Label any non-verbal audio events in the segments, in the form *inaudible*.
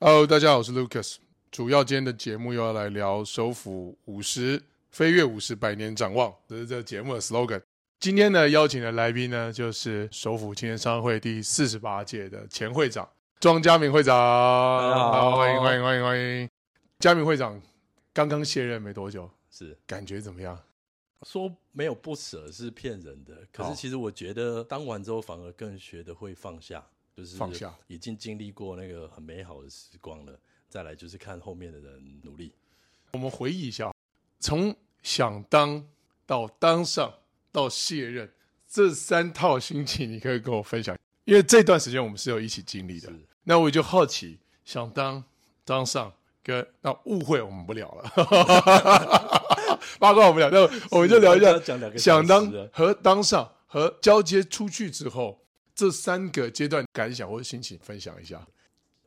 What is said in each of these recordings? Hello，大家好，我是 Lucas。主要今天的节目又要来聊首府五十飞跃五十百年展望，这是这节目的 slogan。今天呢，邀请的来宾呢，就是首府青年商会第四十八届的前会长庄家明会长。家好欢迎欢迎欢迎欢迎！家明会长刚刚卸任没多久，是感觉怎么样？说没有不舍是骗人的，可好是其实我觉得当完之后反而更学得会放下，就是放下已经经历过那个很美好的时光了，再来就是看后面的人努力。我们回忆一下，从想当到当上到卸任这三套心情，你可以跟我分享，因为这段时间我们是有一起经历的是。那我就好奇，想当当上跟那误会我们不聊了， *laughs* 八卦我们聊，那我们就聊一要下讲两个小想时当了和当上和交接出去之后这三个阶段感想或者心情分享一下。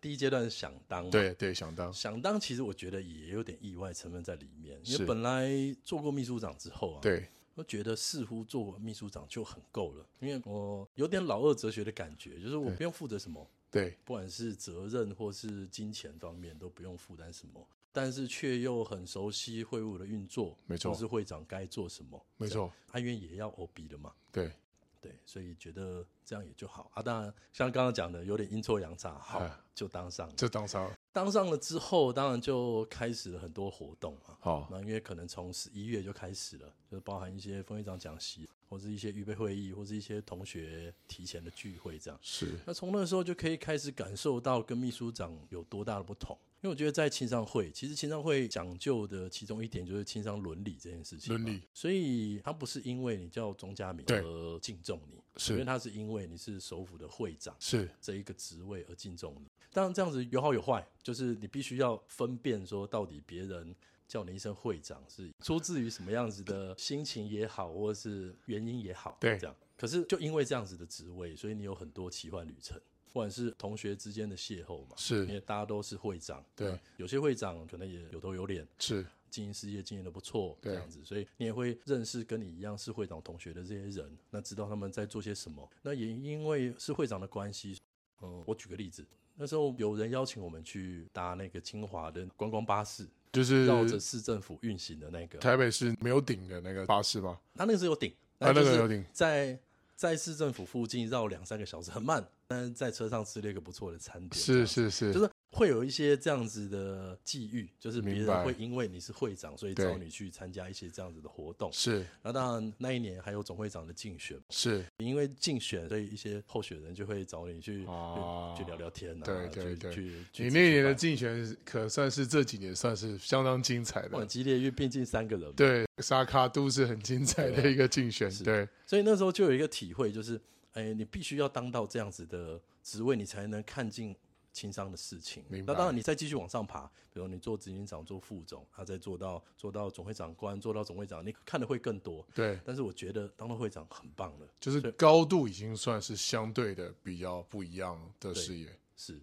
第一阶段是想当，，对对，想当想当其实我觉得也有点意外成分在里面，因是为本来做过秘书长之后啊，，对我觉得似乎做秘书长就很够了，因为我有点老二哲学的感觉，就是我对不用负责什么。对不管是责任或是金钱方面都不用负担什么，但是却又很熟悉会务的运作，没错或是会长该做什么，没错，这样，安源也要 OB 的嘛，对对，所以觉得这样也就好啊。当然，像刚刚讲的，有点阴错阳差，好哎就当上了。这当上了当上了之后，当然就开始了很多活动嘛。好那因为可能从十一月就开始了，就是包含一些副会长讲习，或是一些预备会议，或是一些同学提前的聚会这样。是那从那时候就可以开始感受到跟秘书长有多大的不同。因为我觉得在青商会，其实青商会讲究的其中一点就是青商伦理这件事情嘛。伦理所以他不是因为你叫钟家明对而敬重你，是因为他是因为你是首府的会长是这一个职位而敬重你。当然这样子有好有坏，就是你必须要分辨说到底别人。叫你一声会长是出自于什么样子的心情也好，或是原因也好，对这样。可是就因为这样子的职位，所以你有很多奇幻旅程，不管是同学之间的邂逅嘛，因是为大家都是会长，对有些会长可能也有头有脸，是经营事业经营的不错，对这样子，所以你也会认识跟你一样是会长同学的这些人，那知道他们在做些什么。那也因为是会长的关系，嗯，我举个例子，那时候有人邀请我们去搭那个清华的观光巴士，就是绕着市政府运行的那个，台北市没有顶的那个巴士吗？他那个是有顶，啊那个哎就是有顶在在市政府附近绕两三个小时，很慢，但是在车上吃了一个不错的餐点，这是是样是，就是会有一些这样子的际遇，就是别明白人会因为你是会长，所以对找你去参加一些这样子的活动。是那当然，那一年还有总会长的竞选，是因为竞选，所以一些候选人就会找你去、啊去去聊聊天啊，对对去对去去你那一年的吃吃竞选可算是这几年算是相当精彩饭很的，激烈，因为毕竟三个人嘛，对，沙卡都是很精彩的一个竞选，是对，所以那时候就有一个体会，就是哎，你必须要当到这样子的职位，你才能看尽轻商的事情。明白那当然，你再继续往上爬，比如你做执行长、做副总，他再做到做到总会长官、做到总会长，你看的会更多。对，但是我觉得当到会长很棒了，就是对高度已经算是相对的比较不一样的视野，是。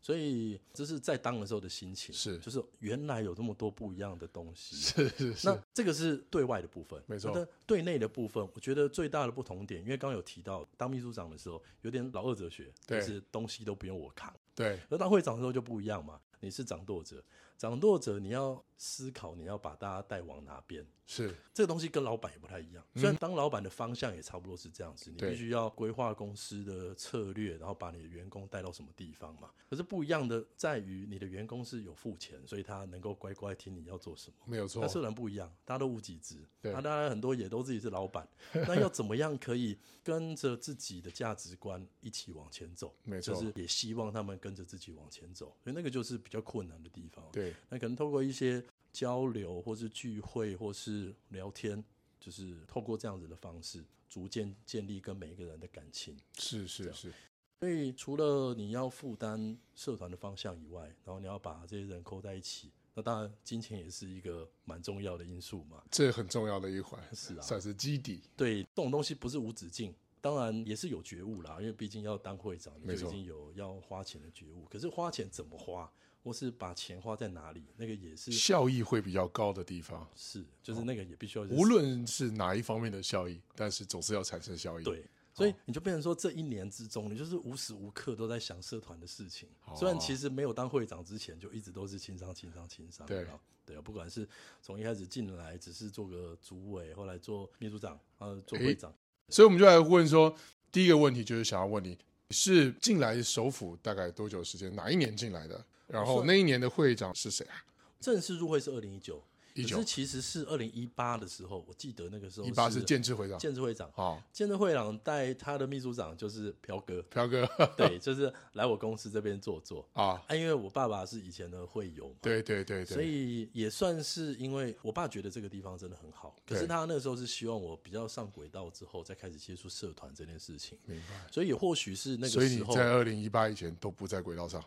所以这是在当的时候的心情，是就是原来有这么多不一样的东西，是是是，那这个是对外的部分，没错那对内的部分，我觉得最大的不同点，因为刚刚有提到，当秘书长的时候有点老二哲学，对就是东西都不用我扛。对而当会长的时候就不一样嘛，你是掌舵者，掌舵者你要思考你要把大家带往哪边。是这个东西跟老板也不太一样，虽然当老板的方向也差不多是这样子，你嗯对必须要规划公司的策略，然后把你的员工带到什么地方嘛。可是不一样的在于，你的员工是有付钱，所以他能够乖乖听你要做什么。没有那错，社团不一样，大家都无几职，对那、当然很多也都自己是老 *laughs* 板，那要怎么样可以跟着自己的价值观一起往前走？没错就是也希望他们跟着自己往前走，所以那个就是比较困难的地方。对那可能透过一些交流，或是聚会，或是聊天，就是透过这样子的方式，逐渐建立跟每一个人的感情。是是是，所以除了你要负担社团的方向以外，然后你要把这些人扣在一起，那当然金钱也是一个蛮重要的因素嘛。这很重要的一环，是啊，算是基底，对这种东西不是无止境，当然也是有觉悟啦，因为毕竟要当会长，没你错就已经有要花钱的觉悟。可是花钱怎么花，或是把钱花在哪里，那个也是效益会比较高的地方，是，就是那个也必须要无论是哪一方面的效益，但是总是要产生效益，对。所哦以你就变成说，这一年之中，你就是无时无刻都在想社团的事情。哦虽然其实没有当会长之前，就一直都是轻商、轻商、轻商。对有没有对啊，不管是从一开始进来只是做个主委，后来做秘书长，呃，做诶会长，所以我们就来问说，第一个问题就是想要问你是进来首府大概多久时间？哪一年进来的？然后是那一年的会长是谁啊？正式入会是二零一九，一可九是其实是二零一八的时候，我记得那个时候一八是是建制会长建制会长，啊，，建制会长带他的秘书长就是朴哥 *laughs* 飘哥对，就是来我公司这边坐坐。啊，啊，因为我爸爸是以前的会友嘛，对对对所对，以也算是因为我爸觉得这个地方真的很好，可是对他那时候是希望我比较上轨道之后再开始接触社团这件事情，明白。所以也或许是那所个以时你候，在二零一八以前都不在轨道上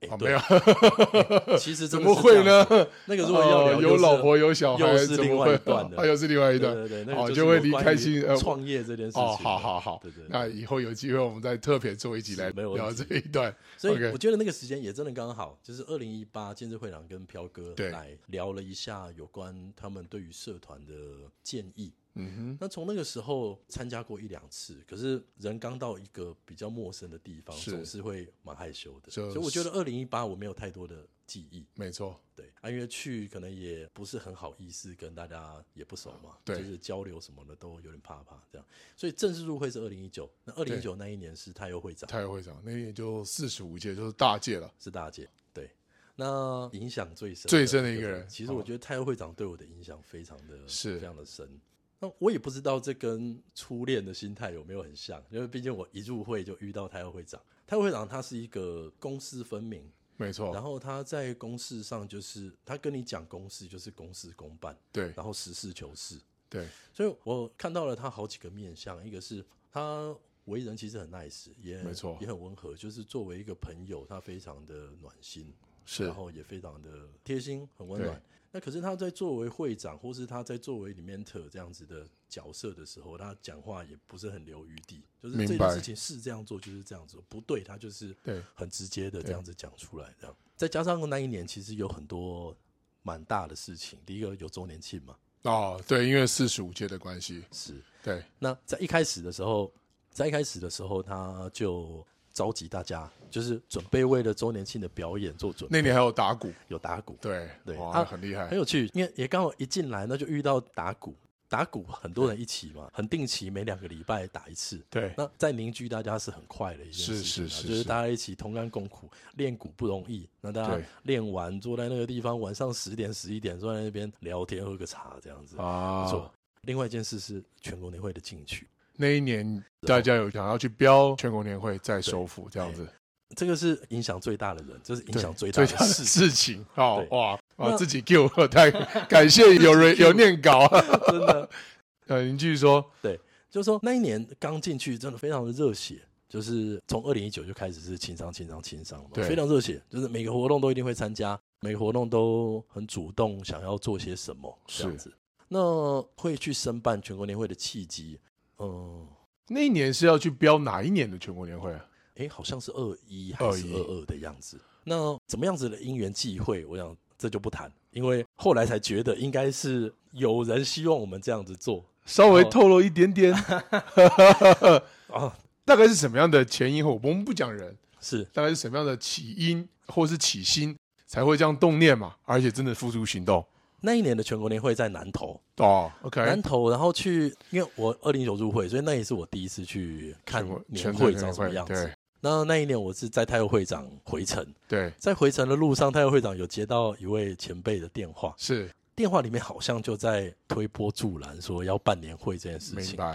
哎啊？对没有，其实怎 *laughs* 真的么是会这样呢子？？那个如果要哦聊又有是老婆有小又孩，是怎另么外一会？ *laughs* 段的啊，又是另外一对段，对对，那哦，个就会离开心呃呃创业这件事情。哦，好好好，对对对那以后有机会我们再特别做一集来没有问聊题这一段。所 OK 以我觉得那个时间也真的刚好，就是二零一八建制会长跟飘哥对来聊了一下有关他们对于社团的建议。嗯那从那个时候参加过一两次，可是人刚到一个比较陌生的地方，是总是会蛮害羞的。就是所以我觉得二零一八我没有太多的记忆，哼，没错，对，啊因为去可能也不是很好意思跟大家也不熟嘛，对就是交流什么的都有点怕怕这样。所以正式入会是二零一九，那二零一对九那一年是太优会长，太会长那年就四十五届，就是大届了。是大姐，对。那影响最深最深的一个人哦其实我觉得太优会长对我的影响非常的是非常的深。那我也不知道这跟初恋的心态有没有很像，因为毕竟我一入会就遇到太优会长。太优会长他是一个公私分明，没错，然后他在公事上就是他跟你讲公事就是公事公办，对然后实事求是。对，所以我看到了他好几个面相，一个是他为人其实很 nice，也没错也很温和，就是作为一个朋友，他非常的暖心，是然后也非常的贴心，很温暖。那可是他在作为会长，或是他在作为里面特这样子的角色的时候，他讲话也不是很留余地，就是明这白件事情是这样做就是这样做，不对他就是对很直接的这样子讲出来，这样再加上那一年其实有很多蛮大的事情，第一个有周年庆嘛，哦，对，因为四十五届的关系，是 *laughs* 对，那在一开始的时候，在一开始的时候，他就召集大家，就是准备为了周年庆的表演做准备，那年还有打鼓，有打鼓，对对哇，啊那很厉害很，有趣，因为也刚好一进来，那就遇到打鼓，打鼓很多人一起嘛，很定期，每两个礼拜打一次。对那在凝聚大家是很快的一件是事情是啊、是就是是大家一起同甘共苦，练鼓不容易。那大家对练完坐在那个地方，晚上十点十一点坐在那边聊天喝个茶这样子，不错。啊。另外一件事是全国年会的进去，那一年大家有想要去标全国年会，在首府这样子，这个是影响最大的人，这是影对响最大最的大的事情，事情，哦对哇哇，那自己 Q 太 *laughs* 感谢有人有念稿， *laughs* 真的。呃，您继续说，就是说那一年刚进去，真的非常的热血，就是从二零一九就开始是轻商、轻商、轻商嘛，对非常热血，就是每个活动都一定会参加，每个活动都很主动，想要做些什么这样子。那会去申办全国年会的契机，嗯，那一年是要去标哪一年的全国年会啊？诶，好像是二一还是21二二的样子。那怎么样子的因缘际会，我想这就不谈，因为后来才觉得应该是有人希望我们这样子做稍微哦透露一点点， *laughs* 啊，大概是什么样的前因后果？我们不讲人，是大概是什么样的起因或是起心才会这样动念嘛？而且真的付诸行动那一年的全国年会在南投。哦。OK，南投，然后去，因为我二零一九入会，所以那也是我第一次去看全国年会全长什国么年样会子。那那一年我是在太后会长回程，对对在回程的路上，太后会长有接到一位前辈的电话，是电话里面好像就在推波助澜，说要办年会这件事明情。白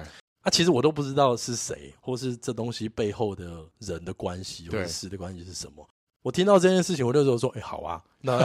啊，其实我都不知道是谁，或是这东西背后的人的关系，或对者事的关系是什么。我听到这件事情，我那时候说，哎、好啊，那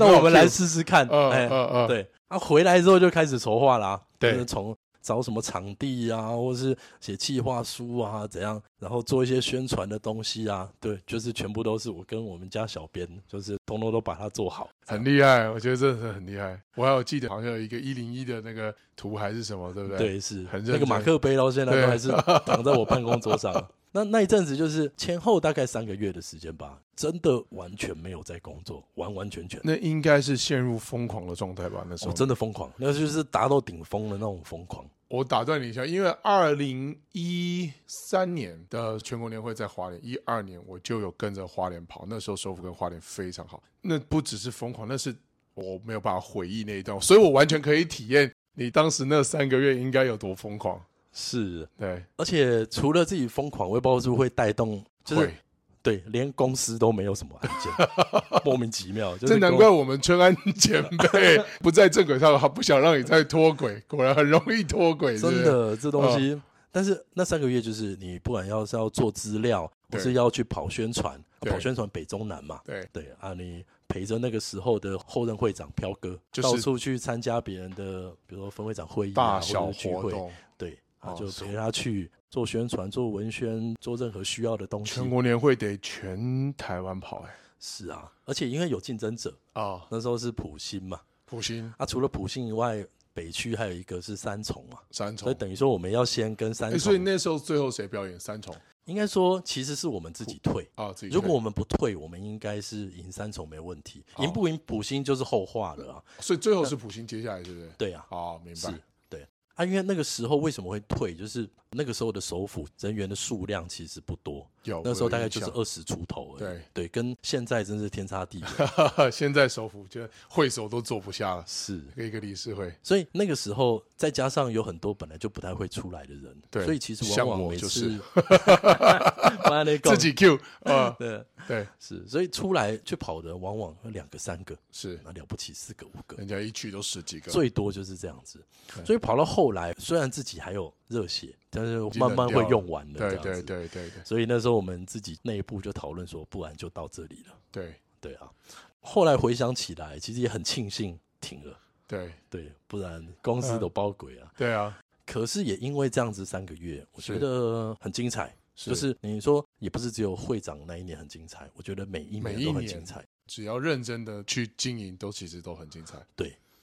那我们来试试看，呃哎、呃呃，对，啊，回来之后就开始筹划啦，对就是从找什么场地啊，或是写企划书啊，怎样，然后做一些宣传的东西啊，对，就是全部都是我跟我们家小编，就是通通都把它做好，很厉害，我觉得真的是很厉害。我还有记得好像有一个一零一的那个图还是什么，对不对？对，是很认那个马真克杯到现在对 *laughs* 都还是躺在我办公桌上。那那一阵子就是前后大概三个月的时间吧，真的完全没有在工作，完完全全，那应该是陷入疯狂的状态吧？那时我、候、真的疯狂，那就是达到顶峰的那种疯狂。我打断你一下，因为二零一三年的全国年会在花莲，一二年我就有跟着花莲跑，那时候首府跟花莲非常好，那不只是疯狂，那是我没有办法回忆那一段，所以我完全可以体验你当时那三个月应该有多疯狂。是，对，而且除了自己疯狂，我也不知道是不是会带动，就是会对，连公司都没有什么案件， *laughs* 莫名其妙，就是这难公怪我们春安前辈 *laughs* 不在正轨上，他不想让你再脱轨，果然很容易脱轨，是不真是，的这东西。嗯但是那三个月就是你不管要是要做资料，或对是要去跑宣传，对跑宣传北中南嘛，对对啊，你陪着那个时候的后任会长飘哥，就是到处去参加别人的，比如说分会长会议、啊、大小或者是聚活会，动，对，啊，哦就是陪他去做宣传、做文宣、做任何需要的东西全。国年会得全台湾跑、哎。是啊，而且因为有竞争者，啊，那时候是普星嘛，复兴啊，除了普星以外，北区还有一个是三重嘛，三重所以，等于说我们要先跟三哎，所以重，那时候最后谁表演三重应该说其实是我们自己退。啊？自己如果退我们不退，我们应该是赢三重没问题，哦赢不赢普星就是后话了啊。所以最后是普星接下来，是不是？对啊，哦，明是白。对啊，因为那个时候为什么会退，就是那个时候的首府人员的数量其实不多，有那时候大概就是我有印二十出头而已。对对，跟现在真是天 *laughs* 差地别。象现在首府就会首都坐不下了，是，一个理事会所以那个时候再加上有很多本来就不太会出来的人，对所以其实像往往我每就次是 *laughs* 把那个自己 Q *laughs* 啊，对对，是，所以出来去跑的往往有两个三个，是那了不起四个五个，人家一去都十几个，最多就是这样子对。所以跑到后来，虽然自己还有热血，但是经慢慢冷掉会了用完的。对这样对子。对对对所以那时候我们自己内部就讨论说，不然就到这里了。对对啊，后来回想起来，其实也很庆幸停了。对对，不然公司嗯都包鬼啊。对啊，可是也因为这样子三个月，我是觉得很精彩。是就是你说也不是只有会长那一年很精彩，我觉得每一每年一都很年精彩。只要认真的去经营，都其实都很精彩。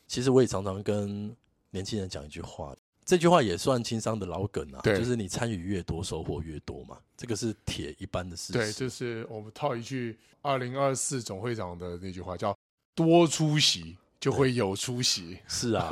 其实我也常常跟年轻人讲一句话，这句话也算轻商的老梗啊，对就是你参与越多，收获越多嘛，这个是铁一般的事对，实。就是我们套一句二零二四总会长的那句话，叫“多出席就会有出席是 *laughs* 啊，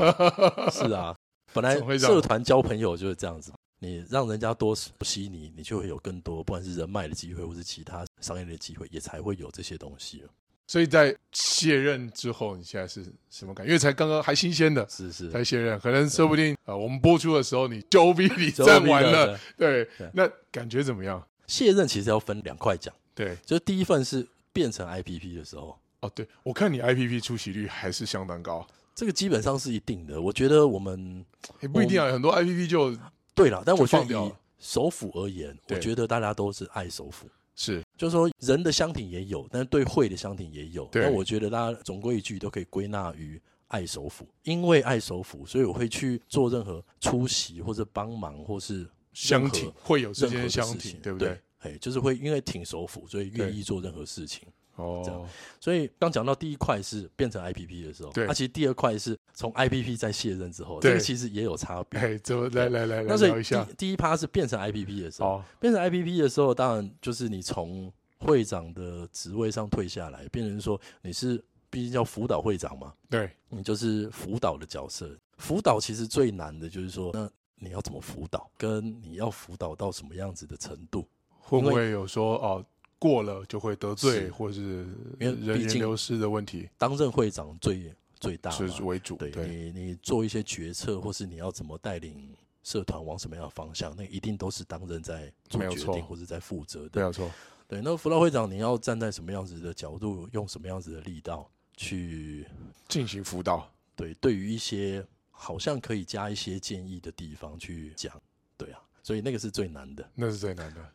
是啊，本来总会让社团交朋友就是这样子，你让人家多熟悉你，你就会有更多，不管是人脉的机会，或是其他商业的机会，也才会有这些东西了。”。所以在卸任之后，你现在是什么感觉？因为才刚刚还新鲜的，是是，才卸任，可能说不定呃，我们播出的时候你就 *laughs* OB 你这站 OB 完的了，。对对对，那感觉怎么样？卸任其实要分两块讲，对，就是第一份是变成 IPP 的时候，哦，对，我看你 IPP 出席率还是相当高，这个基本上是一定的。我觉得我们也不一定啊，很多 IPP 就对了，但就我觉放掉得以了首府而言，我对觉得大家都是爱首府，是就是说人的相挺也有，但是对会的相挺也有。对那我觉得大家总归一句都可以归纳于爱首府，因为爱首府，所以我会去做任何出席或者帮忙或是任相何挺，会有之任何间的相事挺，情，对不对？？哎，就是会因为挺首府，所以愿意做任何事情。这哦，所以刚讲到第一块是变成 IPP 的时候，啊对那、其实第二块是从 IPP 再卸任之后，对这个其实也有差别。哎，怎么来来来来那所聊以一下？第第一趴是变成 IPP 的时候，哦，变成 IPP 的时候，当然就是你从会长的职位上退下来，变成说你是毕竟叫辅导会长嘛，对，你就是辅导的角色。辅导其实最难的就是说，那你要怎么辅导，跟你要辅导到什么样子的程度？会不因为会有说哦？过了就会得罪，是或是因为人员毕竟流失的问题当任会长最最大嘛是为主，对对，你，你做一些决策，或是你要怎么带领社团往什么样的方向，那一定都是当任在做没有决错啊定或是在负责的。没有错，对，那辅导会长你要站在什么样子的角度，用什么样子的力道去进行辅导，对对于一些好像可以加一些建议的地方去讲，对啊，所以那个是最难的。那是最难的，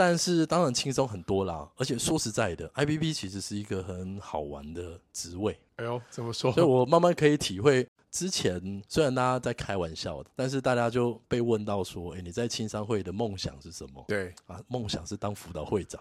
但是当然轻松很多啦，而且说实在的，IBB 其实是一个很好玩的职位，哎呦，怎么 *laughs* 说？所以我慢慢可以体会，之前虽然大家在开玩笑，但是大家就被问到说：“哎诶，你在青商会的梦想是什么对，？”啊，梦想是当辅导 *laughs* 会长。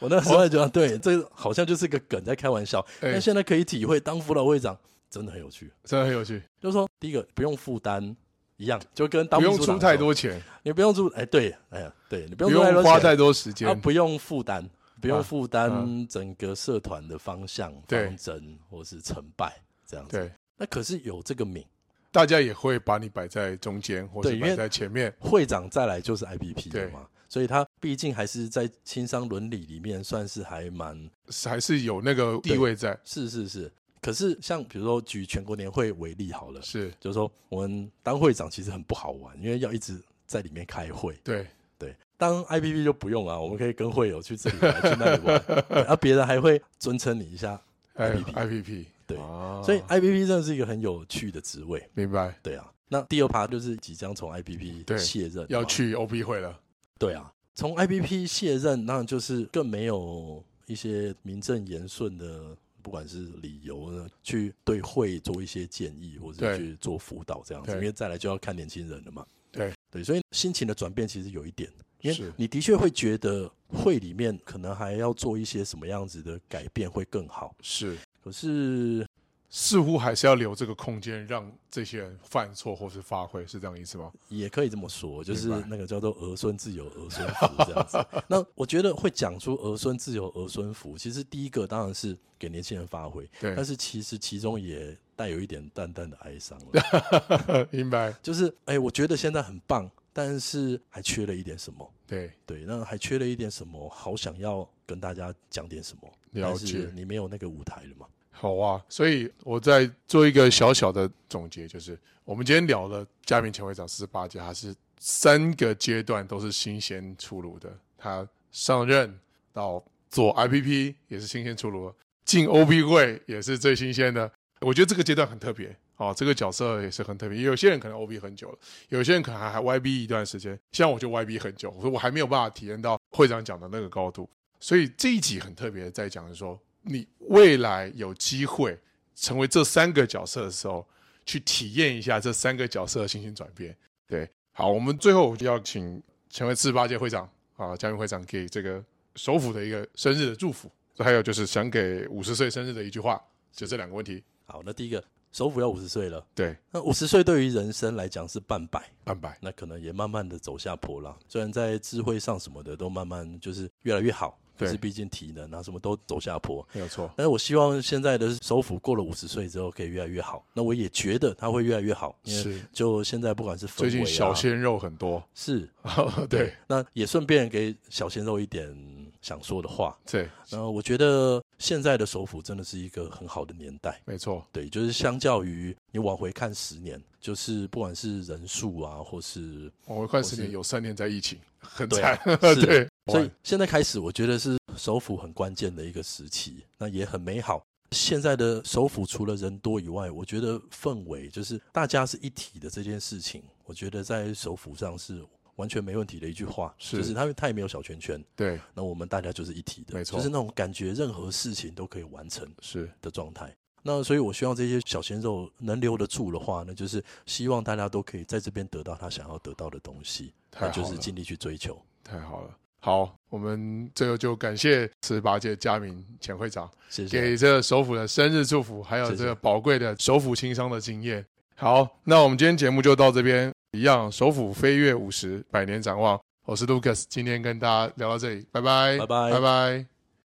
我那时候就觉得，对，这个好像就是个梗在开玩笑。哎但现在可以体会，当辅导会长真的很有趣。真的很有趣，就是说，第一个不用负担一样，就跟当不用秘书长出的太时候，多钱，你不用出，哎，对，哎呀，对你不不用出太用多花钱太多时间啊，，不用负担，不啊用负担整个社团的方向、对方针或是成败这样子。对，那可是有这个名，大家也会把你摆在中间，或对是因摆为在前面。会长再来就是 IBP 对了嘛，所以他毕竟还是在轻商伦理里面算是还蛮是还是有那个地位在，是是是。可是像比如说举全国年会为例好了，是就是说我们当会长其实很不好玩，因为要一直在里面开会。对，对，当 IPP 就不用啊，我们可以跟会友去这里玩，去那里玩，对 *laughs* 啊，别人还会尊称你一下。还有 IPP IPP，对哦所以 IPP 真的是一个很有趣的职位，明白对啊。那第二趴就是即将从 IPP 对卸任，要，去 OP 会了，对啊，从 IPP 卸任，那就是更没有一些名正言顺的，不管是理由呢，去对会做一些建议，或对者去做辅导这样子，对因为再来就要看年轻人了嘛。对对，所以心情的转变其实有一点。因为是你的确会觉得会里面可能还要做一些什么样子的改变会更好，是，可是似乎还是要留这个空间让这些人犯错或是发挥，是这样意思吗？也可以这么说，就是明白那个叫做儿孙自有儿孙福这样子。 *laughs* 那我觉得会讲出儿孙自有儿孙福，其实第一个当然是给年轻人发挥，对但，是其实其中也带有一点淡淡的哀伤 *laughs* 了，明白，就是哎、我觉得现在很棒，但是还缺了一点什么。对，对，那还缺了一点什么？好想要跟大家讲点什么，了但解是你没有那个舞台了嘛？好啊，所以我再做一个小小的总结，就是我们今天聊了嘉明前会长四十八届，他是三个阶段都是新鲜出炉的，他上任到做 IPP 也是新鲜出炉的，进 OB 会也是最新鲜的。我觉得这个阶段很特别哦，这个角色也是很特别。有些人可能 OB 很久了，有些人可能还还 YB 一段时间，像我就 YB 很久，我说我还没有办法体验到会长讲的那个高度。所以这一集很特别，在讲说你未来有机会成为这三个角色的时候，去体验一下这三个角色的心情转变。对，好，我们最后我就要请成为四十八届会长啊，嘉明会长给这个首府的一个生日的祝福，还有就是想给五十岁生日的一句话，就这两个问题。好，那第一个，首府要五十岁了，对，那五十岁对于人生来讲是半百，半百，那可能也慢慢的走下坡了。虽然在智慧上什么的都慢慢就是越来越好，可对是毕竟体能啊什么都走下坡。没有错，但是我希望现在的首府过了五十岁之后可以越来越好。那我也觉得它会越来越好，因为是就现在不管是氛围、最啊、近小鲜肉很多，是对那也顺便给小鲜肉一点想说的话。对，然后我觉得现在的首府真的是一个很好的年代，没错，对，就是相较于你往回看十年，就是不管是人数啊，或 *laughs* 是我们快十我年是有三年在疫情，很对惨 *laughs* 啊，是对，所以现在开始，我觉得是首府很关键的一个时期，那也很美好。现在的首府除了人多以外，我觉得氛围就是大家是一体的这件事情，我觉得在首府上是完全没问题的一句话，是就是他他也没有小圈圈，对那我们大家就是一体的，没错就是那种感觉任何事情都可以完成是。的状态。那所以，我希望这些小鲜肉能留得住的话呢，就是希望大家都可以在这边得到他想要得到的东西，太好那就了，是尽力去追求。太好了。好，我们最后就感谢十八届嘉明前会长谢谢。给这个首府的生日祝福，还有谢谢这个宝贵的首府轻商的经验。好，那我们今天节目就到这边，一样首府飞跃五十，百年展望。我是 Lucas，今天跟大家聊到这里，拜拜，拜拜拜拜。